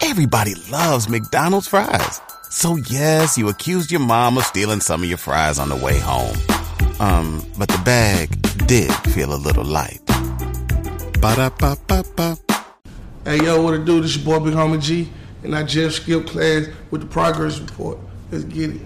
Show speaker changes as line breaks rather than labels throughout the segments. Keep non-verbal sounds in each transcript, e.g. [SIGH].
Everybody loves McDonald's fries. So yes, you accused your mom of stealing some of your fries on the way home. Um, but the bag did feel a little light. Ba-da-ba-ba-ba.
Hey, yo, what it do? This your boy, Big Homie G, and I just skipped class with the progress report. Let's get it.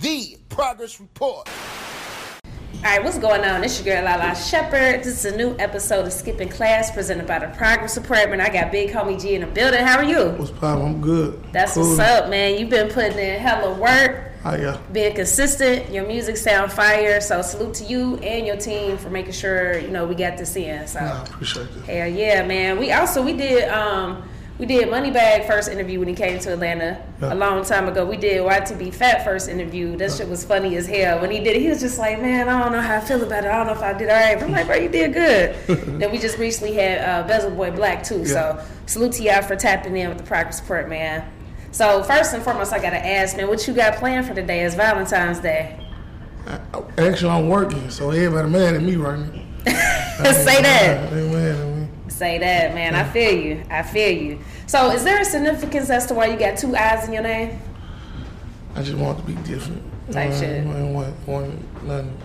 The Progress Report.
All right, what's going on? It's your girl Lala Shepherd. This is a new episode of Skipping Class presented by the Progress Department. I got Big Homie G in the building. How are you?
What's poppin'? I'm good.
That's what's up, man. You've been putting in hella work,
Hi, yeah.
being consistent. Your music sound fire. So salute to you and your team for making sure you know we got this in. So
I appreciate that.
hell yeah, man. We also we did um we did Moneybag first interview when he came to Atlanta
Yeah.
a long time ago. We did YTB Fat first interview. That shit was funny as hell. When he did it, he was just like, "Man, I don't know how I feel about it. I don't know if I did all right." But I'm like, "Bro, you
[LAUGHS]
did good." then we just recently had uh, Bezel Boy Black too. So
Yeah.
salute to y'all for tapping in with the progress report, man. So first and foremost, I gotta ask, man, what you got planned for today? It's Valentine's Day. [LAUGHS]
I, I- actually, I'm working, so everybody mad at me right now.
Say that.
They mad at me.
Say that, man. I feel you. I feel you. So, is there a significance as to why you got two eyes in your name?
I just want to be different. You
Type
know,
shit.
I don't want, want nothing.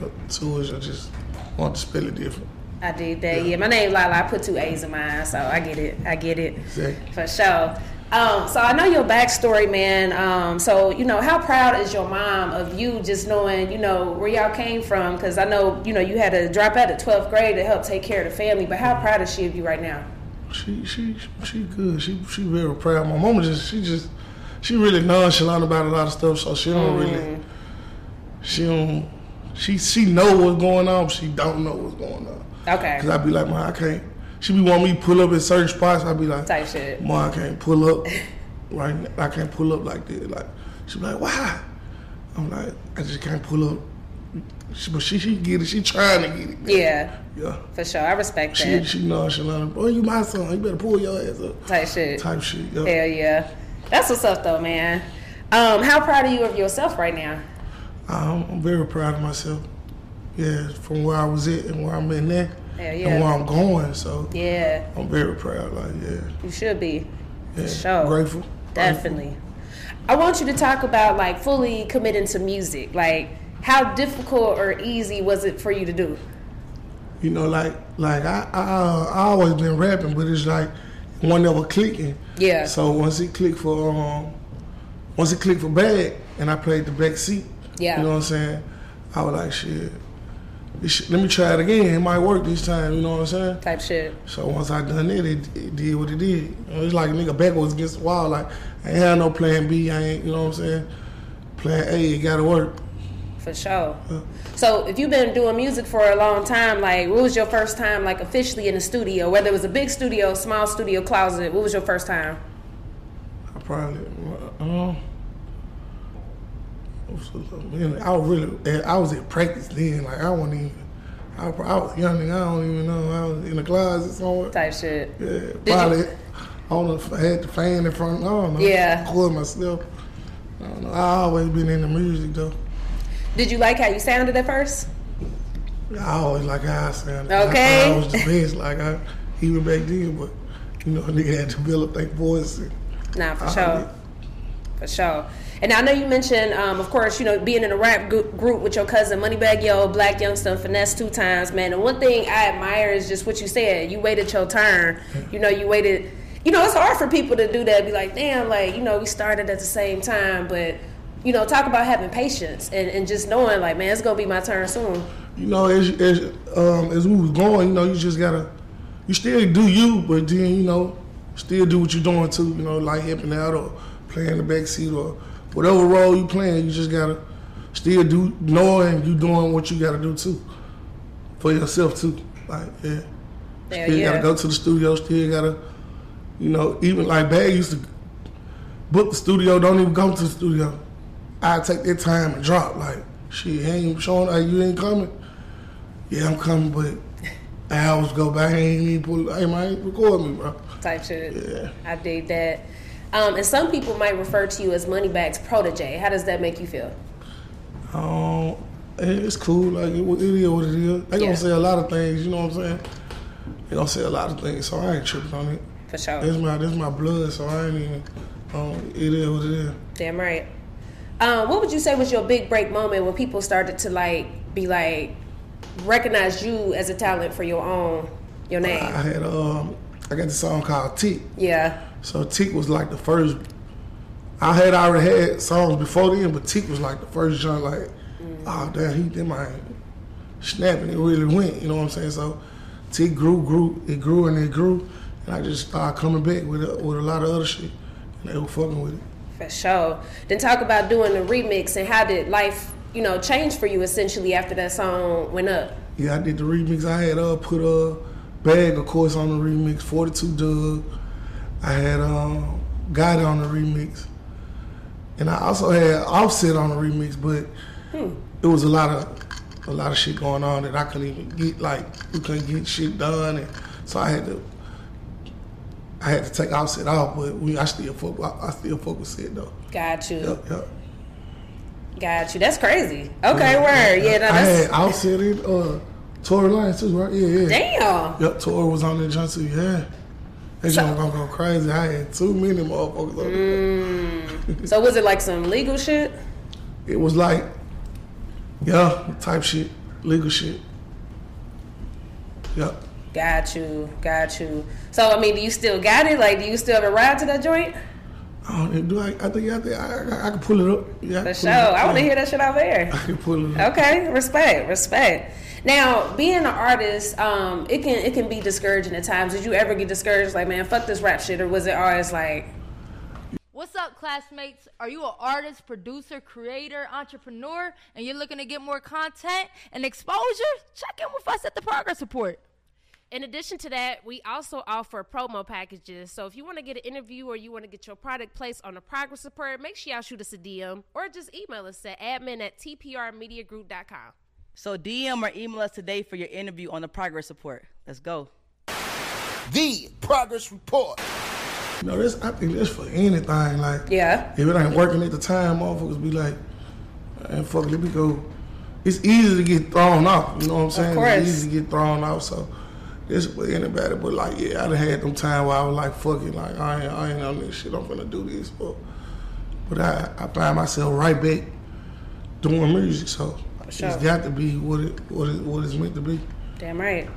But two is I just want to spell it different.
I did that. Yeah, my name Lala. I put two A's in mine, so I get it. I get it
Exactly.
for sure. Um, so I know your backstory, man. Um, so you know, how proud is your mom of you just knowing, you know, where y'all came from? Because I know, you know, you had to drop out of twelfth grade to help take care of the family. But how proud is she of you right now?
She she she good. She she very proud. My mama just she just she really nonchalant about a lot of stuff, so she don't
Mm-hmm.
really she don't she she know what's going on. but She don't know what's going on. Cause
Okay,
I be like, man, I can't. She be want me to pull up in certain spots. I be like,
type shit.
Ma, I can't pull up right now. I can't pull up like that. Like she be like, why? I'm like, I just can't pull up. She, but she she get it. She trying to get it. man.
Yeah,
Yeah.
for sure. I respect
She
that
she nonchalant. Boy, you my son. You better pull your ass up.
type shit.
Type shit. Yeah.
Hell yeah. That's what's up though, man. Um, how proud are you of yourself right now?
I'm, I'm very proud of myself. Yeah, from where I was at and where I'm in now,
Hell
and where
yeah.
I'm going. So
Yeah,
I'm very proud. Like yeah,
you should be.
yeah.
Sure.
Grateful.
Definitely. I want you to talk about like fully committing to music. Like how difficult or easy was it for you to do?
You know, like like I I, I always been rapping, but it's like one never clicking.
Yeah.
So once it clicked for um, once it clicked for bag, and I played the back seat.
Yeah.
You know what I'm saying? I was like, shit. this shit- Let me try it again. It might work this time. You know what I'm saying?
Type shit.
So once I done it, it, it did what it did. You know, it's like a nigga backwards against the wall. Like I ain't had no plan B. I ain't, you know what I'm saying? Plan A, it gotta work.
For sure. So if you've been doing music for a long time, like what was your first time like officially in the studio? Whether it was a big studio, small studio closet, what was your first time?
I probably, um, I was a little- man, I was really, I was at practice then. Like I wasn't even, I, was- I was young and I don't even know. I was in the closet somewhere.
Type shit.
Yeah, probably
you-
on the, had the fan in front. Oh, I don't know.
Yeah.
Recording myself. I don't know. I always been into music though.
Did you like how you sounded at first?
I always like how I sounded. I,
Okay.
thought I was the best, like I even back then, but you know, nigga had developed their voice. And,
Nah, for
I
sure.
did.
For sure. And I know you mentioned, um, of course, you know, being in a rap gr- group with your cousin Moneybag Yo, Black Youngster, Finesse two times, man. And one thing I admire is just what you said. You waited your turn. You know, you waited. You know, it's hard for people to do that. Be like, damn, like, you know, we started at the same time. But, you know, talk about having patience and, and just knowing, like, man, it's going to be my turn soon.
you know, as as um, as we was going, you know, you just gotta, you still do you, but then you know, still do what you're doing too. You know, like helping out or playing the back seat or whatever role you playing. You just gotta still do knowing you doing what you gotta do too for yourself too. Like yeah,
Hell
still
yeah.
gotta go to the studio. Still gotta, you know, even like Bag used to book the studio. Don't even go to the studio. I take that time and drop. Like shit, ain't showing. Like, you ain't coming. Yeah, I'm coming, but hours go by. I ain't even pull. Hey, man, ain't record me, bro.
type shit.
Yeah.
I dig that. Um, and some people might refer to you as Moneybag's protege. How does that make you feel?
Um, it- it's cool. Like it, it is what it is. They
Yeah.
gonna say a lot of things. You know what I'm saying? They gonna say a lot of things. So I ain't tripping on it.
for sure.
That's my that's my blood, so I ain't even. Um, it is what it is.
Damn right. Um, what would you say was your big break moment when people started to like be like recognize you as a talent for your own your name?
I had um, I got this song called Tick.
yeah.
So Tick was like the first. I had already had songs before then, but Tick was like the first joint. Like, oh damn, he did my snapping. It really went. You know what I'm saying? So Tick grew, grew, it grew, and it grew, and I just started coming back with a, with a lot of other shit, and they were fucking with it.
For sure. Then talk about doing the remix and how did life, you know, change for you essentially after that song went up?
Yeah, I did the remix. I had uh put a uh, bag, of course, on the remix. Forty two Doug. I had um got on the remix, and I also had Offset on the remix. But
Hmm.
it was a lot of a lot of shit going on that I couldn't even get. Like we couldn't get shit done, and so I had to. I had to take Offset off, but we I still fuck I, I still fuck with Set though.
Got you.
Yep, yep.
Got you. That's crazy. Okay, word. Yeah, no,
I
that's
had Offset in uh Tory Lanez too, right? Yeah, yeah.
damn.
Yep, Tori was on there, John too. Yeah, they just gonna go crazy. I had too many motherfuckers on
Mm.
there.
So was it like some legal shit?
It was like, yeah, type shit, legal shit. Yep.
Got you. Got you. So I mean, do you still got it? Like, do you still ever ride to that joint?
I don't know, do I? I think I think I, I, I can pull it up. Yeah, I
For
can pull
sure.
it up.
I want to
Yeah.
hear that shit out there.
I can pull it up.
Okay, respect, respect. Now, being an artist, um, it can it can be discouraging at times. Did you ever get discouraged, like, man, fuck this rap shit, or was it always like,
What's up, classmates? Are you an artist, producer, creator, entrepreneur, and you're looking to get more content and exposure? Check in with us at the Progress Report.
In addition to that, we also offer promo packages. So if you want to get an interview or you want to get your product placed on a progress report, make sure y'all shoot us a DM or just email us at admin at tprmediagroup.com.
So DM or email us today for your interview on the progress report. Let's go.
The Progress Report.
You know, this I think that's for anything. Like,
yeah,
if it ain't working at the time, motherfuckers be like, and fuck, it, let me go. It's easy to get thrown off. You know what I'm saying?
course.
It's easy to get thrown off. So this for anybody. But like, yeah, I done had them time where I was like, fuck it, like I ain't, I ain't on this shit. I'm gonna do this. But but I, I find myself right back doing music. So
sure.
it's got to be what it what it what it's meant to be.
damn right.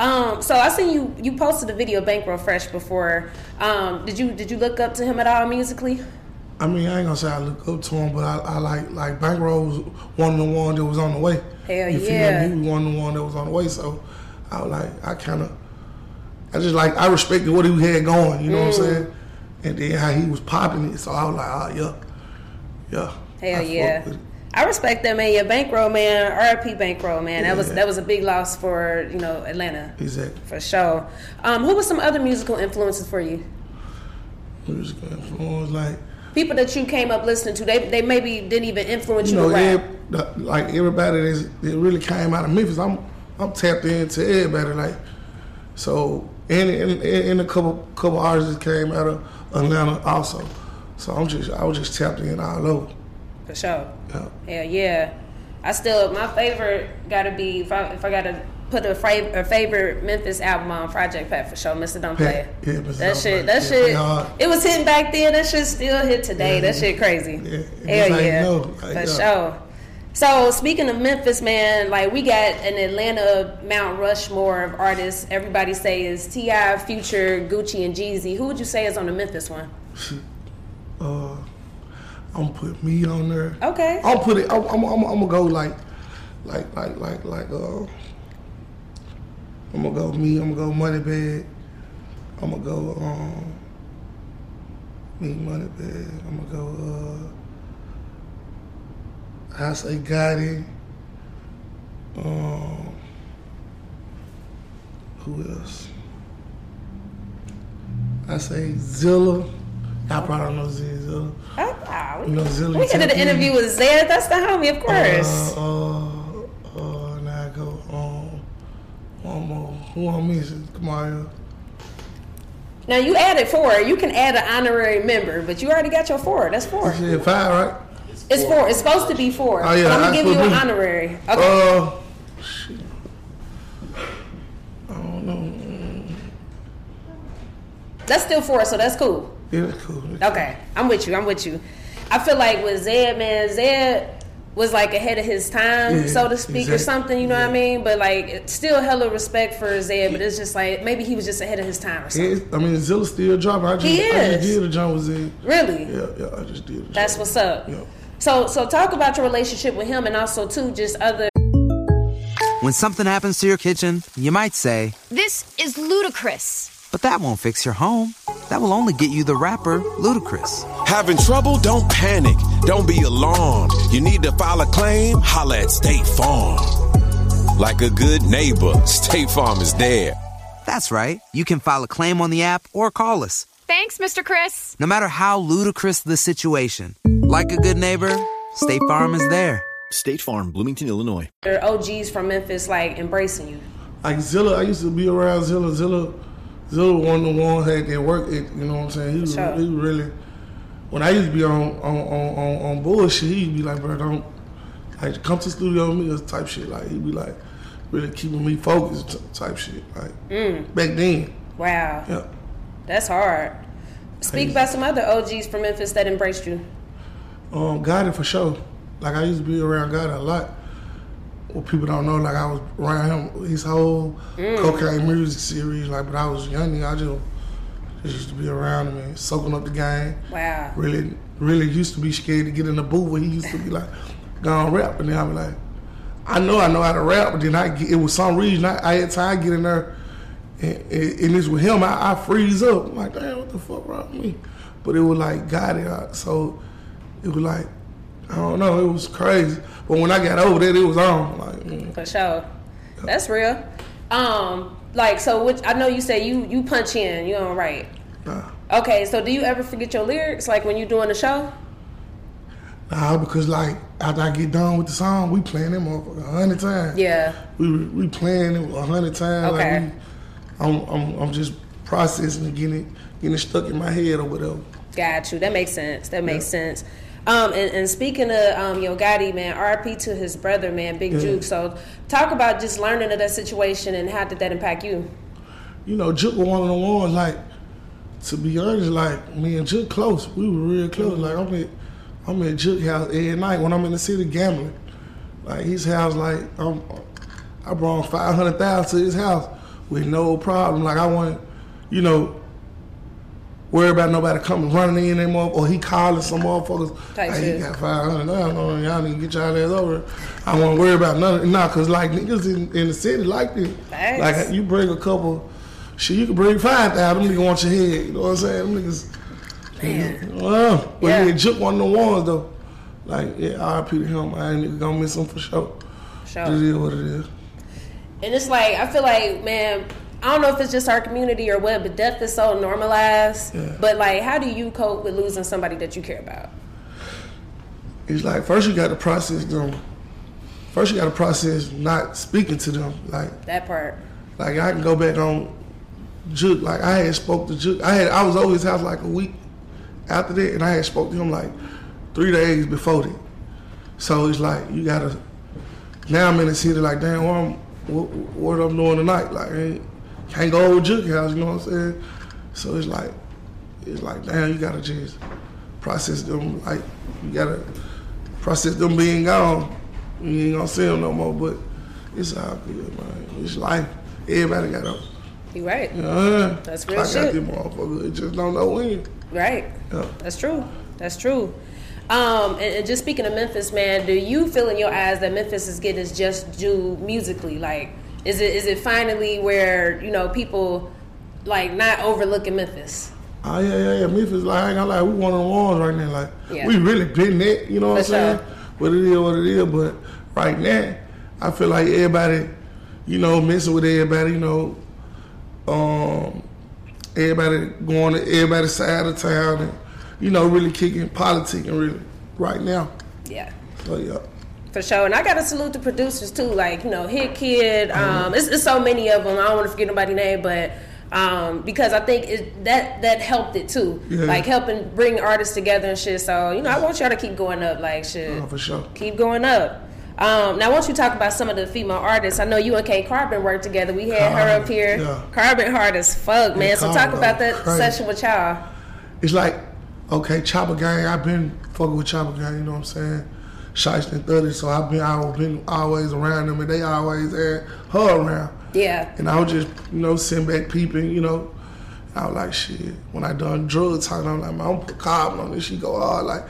Um, so I seen you you posted a video of Bankroll Fresh before. Um, did you did you look up to him at all musically?
I mean, I ain't gonna say I look up to him, but I, I like like Bankroll was one of the one that was on the way.
Hell
you
yeah.
Feel me? He was one of the one that was on the way, so I was like I kind of I just like I respected what he had going, you know what
Mm.
I'm saying, and then how he was popping it, so I was like, oh yeah, yeah.
Hell
I fuck
yeah.
with it.
I respect that man. Your bankroll man, RIP bankroll man. That was
Yeah.
that was a big loss for you know Atlanta
Exactly.
for sure. Um, who was some other musical influences for you?
Music influence like
people that you came up listening to, they they maybe didn't even influence
you know,
you, to rap.
ev- the- like everybody that's, that really came out of Memphis, I'm I'm tapped into everybody. Like so, and and, and a couple couple artists that came out of Atlanta also. So I'm just I was just tapped in all over. [LAUGHS]
For sure.
Yeah.
Hell yeah. I still my favorite gotta be if I if I gotta put a, fra- a favorite Memphis album on Project Pat for sure, Mr. Don't Play.
Pat, yeah, Mr.
That
Don't
shit,
Play,
that
yeah,
shit,
y'all.
it was hitting back then. That shit still hit today.
Yeah.
That shit crazy.
Yeah, that's how
Hell
you
yeah,
know, like,
for
yeah.
sure. So speaking of Memphis, man, like we got an Atlanta Mount Rushmore of artists. Everybody say is Ti, Future, Gucci, and Jeezy. Who would you say is on the Memphis one?
Uh, I'm put me on there.
Okay.
I'll put it. I'm, I'm, I'm, I'm gonna go like, like, like, like, like. Uh, I'm gonna go me. I'm gonna go Moneybag. I'm gonna go um, me Moneybag. I'm gonna go. Uh, I say Gotti. Um, who else? I say Zilla. I probably don't know Zilla.
Oh, wow.
You know, Zilly
we did
tapped
an
in.
interview with Zed. That's the homie, of course.
Uh, uh, uh, now I go um, one more. Who I'm missing? Kamaya.
now you added four. You can add an honorary member, but you already got your four. That's four.
Yeah, five, right?
It's four. It's supposed to be four.
Oh, yeah,
but I'm
that's
gonna give you
what
an
we-
honorary. Okay.
Uh, shit. I don't know.
That's still four, so that's cool.
Yeah, that's cool.
Okay, I'm with you. I'm with you. I feel like with Zed, man, Zed was like ahead of his time,
Yeah,
so to speak, or
exactly.
something. You know what I mean? But like, it's still hella respect for Zed, but it's just like maybe he was just ahead of his time or something.
Yeah, I mean, Zilla still dropping. I just,
He
I just
is.
did a joint with Zed.
Really?
Yeah, yeah, I just did. A
That's what's up.
Yeah.
So, so talk about your relationship with him, and also too, just other
When something happens to your kitchen, you might say,
This is ludicrous.
but that won't fix your home. That will only get you the rapper, Ludacris.
Having trouble? Don't panic. Don't be alarmed. You need to file a claim? Holla at State Farm. Like a good neighbor, [LAUGHS] State Farm is there.
That's right. You can file a claim on the app or call us,
Thanks, Mr. Chris.
no matter how ludicrous the situation. Like a good neighbor, State Farm is there.
State Farm, Bloomington, Illinois.
OGs from Memphis like embracing you.
Like Zilla, I used to be around Zilla. Zilla, Zilla one the one had that work. It, you know what I'm saying? He was,
Sure.
he was really. When I used to be on on on, on, on bullshit, he'd be like, "Bro, don't like come to the studio with me," or type shit. Like he'd be like, really keeping me focused, t- type shit. Like back then,
Wow,
yeah.
that's hard. Speak
Crazy.
about some other OGs from Memphis that embraced you.
Um, Gotti for sure. Like I used to be around Gotti a lot. Well, people don't know. Like I was around him his whole cocaine music series. Like, but I was young. I just, just used to be around him and soaking up the game.
Wow.
Really, really used to be scared to get in the booth where he used to be like, gone rap, and then I'd be like, I know I know how to rap, but then I get, it was some reason I, I had time I get in there, and, and, and it's with him I, I freeze up. I'm like, damn, what the fuck wrong with me? But it was like God, it uh, so it was like I don't know, it was crazy. But when I got over that, it was on. Like mm.
For sure. That's real. Um, like so which I know you say you you punch in, you don't write.
nah,
Okay, so do you ever forget your lyrics like when you doing the show?
nah, because like after I get done with the song, we playing that motherfucker a hundred times.
Yeah.
we we playing it a hundred times.
Okay.
Like we, I'm, I'm I'm just processing and getting it getting it stuck in my head or whatever.
Got you. That makes sense. That makes sense. Um, and, and speaking of um, Yo Gotti, man, RP to his brother, man, Big Juke. So talk about just learning of that situation and how did that impact you?
You know, Juke was one of the ones. Like to be honest, like me and Juke close. We were real close. Like
Mm-hmm.
I'm at I'm at Juke house every night when I'm in the city gambling. Like his house, like I'm I brought five hundred thousand to his house with no problem. Like I want, you know. Worry about nobody coming running in anymore, or he calling some motherfuckers.
Type
"Hey,
shit.
he got five hundred dollars on it. y'all need to get y'all ass over. it. I won't worry about nothing. Nah, cause like niggas in, in the city like this.
Facts.
Like you bring a couple, shit, you can bring five thousand. Them niggas want your head. You know what I'm saying? Them niggas. Well, but
Yeah.
yeah, Juke one of the ones though. Like yeah, RP to him. I ain't even gonna miss him for sure.
Sure.
It is what it is.
And it's like I feel like, man, I don't know if it's just our community or what, but death is so normalized.
Yeah.
But like, how do you cope with losing somebody that you care about?
It's like first you got to process them. First you got to process not speaking to them. Like
That part.
Like I can go back on Juke. Like I had spoke to Juke. I had I was over his house like a week after that, and I had spoke to him like three days before that. So it's like you gotta. Now I'm in the city like damn, what I'm what, what I'm doing tonight? Like ain't, can't go over Juke house. You know what I'm saying? So it's like it's like damn, you gotta just process them. Like you gotta process them being gone. You ain't gonna see them no more, but. It's all good, man. It's life. Everybody got up.
You right.
Uh,
That's real
I
shit.
got them motherfuckers. It just don't know when.
Right.
Yeah.
That's true. That's true. Um, and, and just speaking of Memphis, man, do you feel in your eyes that Memphis is getting its just due musically? Like, is it is it finally where you know people like not overlooking Memphis?
Oh yeah, yeah, yeah. Memphis, like I ain't gonna lie, we one on the ones right now. Like
Yeah.
we really been that, you know what
For
I'm saying?
sure.
But it is what it is. But right now, I feel like everybody, you know, messing with everybody, you know, um, everybody going to everybody's side of town, and you know, really kicking politics and really right now.
Yeah.
So yeah.
For sure, and I gotta salute the producers too. Like you know, Hit Kid.
Mm-hmm.
Um, it's, it's so many of them. I don't want to forget nobody's name, but um, because I think it, that that helped it too.
Yeah.
Like helping bring artists together and shit. So you know, I want y'all to keep going up. Like shit,
Oh, for sure.
keep going up. Um, now, once you talk about some of the female artists, I know you and Kay Carbon worked together. We had her up here.
yeah.
Carbon hard as fuck, man. so talk
Carbon,
about that
crazy.
session with y'all.
It's like, okay, Chopper Gang, I've been fucking with Chopper Gang, you know what I'm saying? Shiesty and Thuddy, so I've been, I've been always around them, and they always had her around.
Yeah.
And I was just, you know, sitting back peeping, you know. I was like, shit. When I done drug time, I'm like, man, I'm gonna put Cobb on this. She go hard. Like,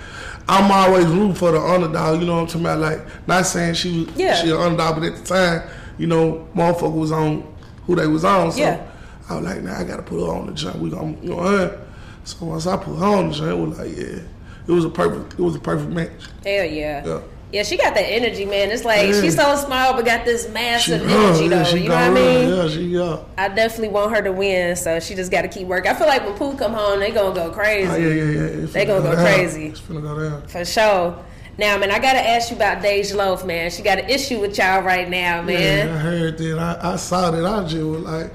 I'm always rooting for the underdog. You know what I'm talking about? Like, not saying she was
Yeah.
she an underdog, but at the time, you know, motherfucker was on who they was on. So
Yeah.
I was like, nah, I gotta put her on the jump. We gonna, you know, her. So once I put her on the jump, it was like, yeah, it was a perfect, it was a perfect match.
Hell yeah.
Yeah.
Yeah, she got that energy, man. It's like
Yeah.
she's so small, but got this
She
massive
gone,
energy,
yeah,
though.
she
you know what I
gone,
mean?
Yeah, she yeah.
I definitely want her to win, so she just got to keep working. I feel like when Pooh come home, they gonna go crazy.
Oh, yeah, yeah, yeah. It's
They
finna
gonna go
down.
crazy.
It's finna go down.
For sure. Now, man, I gotta ask you about Dej Loaf, man. She got an issue with y'all right now, man.
Yeah, I heard that. I, I saw that. I just was like,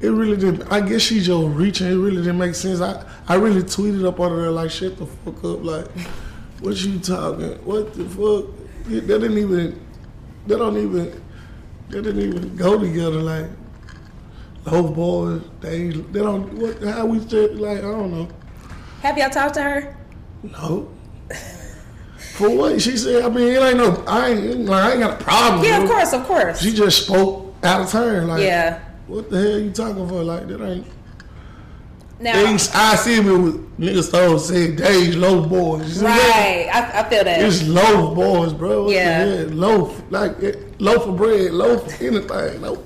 it really did. I guess she just reaching. It really didn't make sense. I, I really tweeted up on her like, shut the fuck up. Like, what you talking? What the fuck? That didn't even. That don't even. That didn't even go together. Like, those boys, they they don't. What? How we said? Like, I don't know.
Have y'all talked to her? [LAUGHS]
No. For what she said, I mean, it ain't no, I ain't, like, I ain't got a problem.
Yeah, of
with it.
course, of course.
She just spoke out of turn. Like,
Yeah. Uh,
What the hell you talking for? Like, that ain't.
Now,
Things I see me with niggas told said days low boys. You see that?
right? I, I feel that.
It's loaf boys, bro. What the
Yeah.
hell? Loaf, like it, loaf of bread, loaf of anything. Loaf.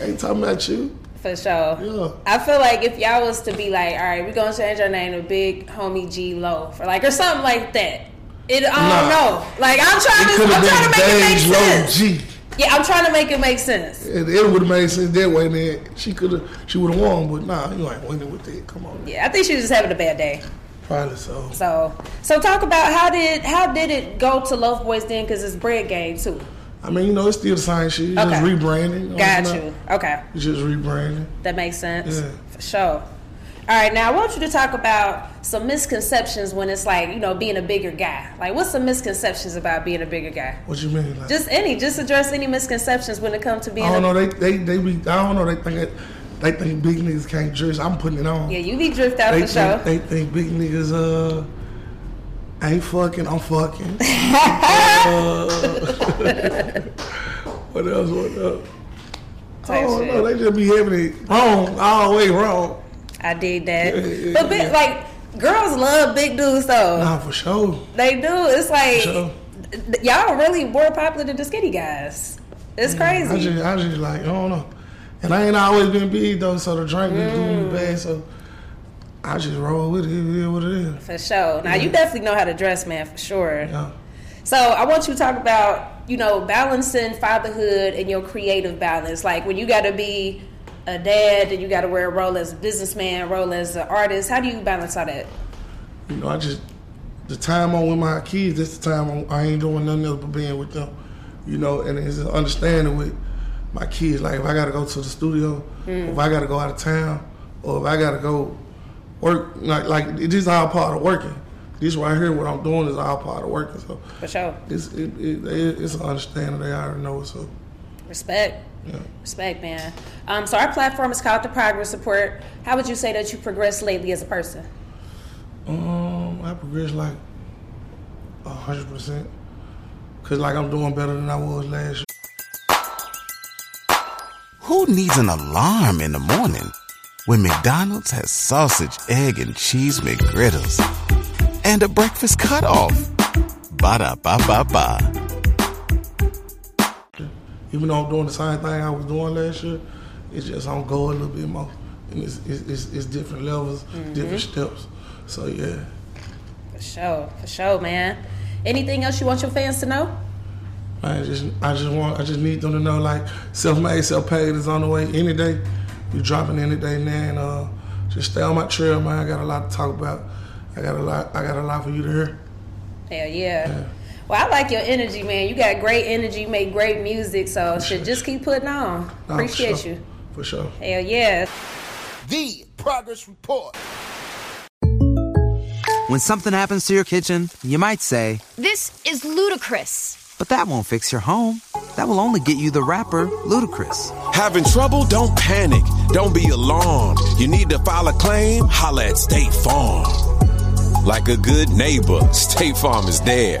Ain't talking about you.
For sure.
Yeah.
I feel like if y'all was to be like, all right, we're gonna change our name to Big Homie G Loaf or like or something like that. It I
Nah.
don't know. Like I'm trying
it
to
could
I'm trying
have
to
been
make it make
days low
sense.
G.
Yeah, I'm trying to make it make sense.
And it would have made sense that way. Then she could have, she would have won, but nah, you ain't winning with that. Come on,
Yeah, I think she was just having a bad day.
probably so.
So so talk about how did how did it go to Loaf Boys then? Because it's bread game too.
I mean, you know, it's still the same shit. It's
Okay.
just rebranding. you know
Got
what I'm
you.
saying?
Okay,
It's just rebranding.
that makes sense.
Yeah.
For sure. All right, now I want you to talk about some misconceptions when it's like, you know, being a bigger guy. Like, what's some misconceptions about being a bigger guy?
What you mean? Like,
Just any, just address any misconceptions when it comes to being.
I don't
a,
know. They they they be. I don't know. They think it, they think big niggas can't dress. I'm putting it on.
Yeah, you be drift out
they
for sure.
think, they think big niggas uh ain't fucking. I'm fucking.
[LAUGHS]
Uh, [LAUGHS] what else? What else? I
Type
don't
shit.
know. They just be having it wrong, always wrong.
I did that,
Yeah, yeah,
but big,
yeah.
like girls love big dudes though.
Nah, for sure.
They do. It's like
Sure.
th- y'all really more popular than the skinny guys. It's crazy.
I just, I just like, I don't know. And I ain't always been big though, so the drink was doing me bad. So I just roll with it. It is what it is.
for sure. Now you definitely know how to dress, man, for sure.
Yeah.
So I want you to talk about, you know, balancing fatherhood and your creative balance. Like when you got to be a dad and you got to wear a role as a businessman, role as an artist. How do you balance all that?
You know, I just the time I'm with my kids. That's the time I'm, I ain't doing nothing else but being with them. You know, and it's an understanding with my kids. Like if I gotta go to the studio, or if I gotta go out of town, or if I gotta go work, like like this is all part of working. This right here, what I'm doing is all part of working. So
For sure.
it's it, it, it's an understanding. They already know it. So
Respect.
yeah.
Respect, man. Um, so our platform is called the Progress Report. How would you say that you progressed lately as a person?
Um, I progressed like a hundred percent. Cause like I'm doing better than I was last year.
Who needs an alarm in the morning when McDonald's has sausage, egg, and cheese McGriddles and a breakfast cutoff? Ba da ba ba ba.
Even though I'm doing the same thing I was doing last year, it's just I'm going a little bit more, and it's it's, it's, it's different levels,
Mm-hmm.
different steps. So yeah,
For sure, for sure, man. Anything else you want your fans to know?
I just I just want I just need them to know like self-made, self-paid is on the way any day. We dropping any day now, and uh, just stay on my trail, man. I got a lot to talk about. I got a lot I got a lot for you to hear.
Hell yeah. Well, I like your energy, man. You got great energy, you make great music, so shit, just keep putting on.
Nah, for
Appreciate
sure.
you.
for sure.
Hell yeah.
The Progress Report.
When something happens to your kitchen, you might say,
This is ludicrous.
But that won't fix your home. That will only get you the rapper, Ludacris.
Having trouble? Don't panic. Don't be alarmed. You need to file a claim? Holla at State Farm. Like a good neighbor, State Farm is there.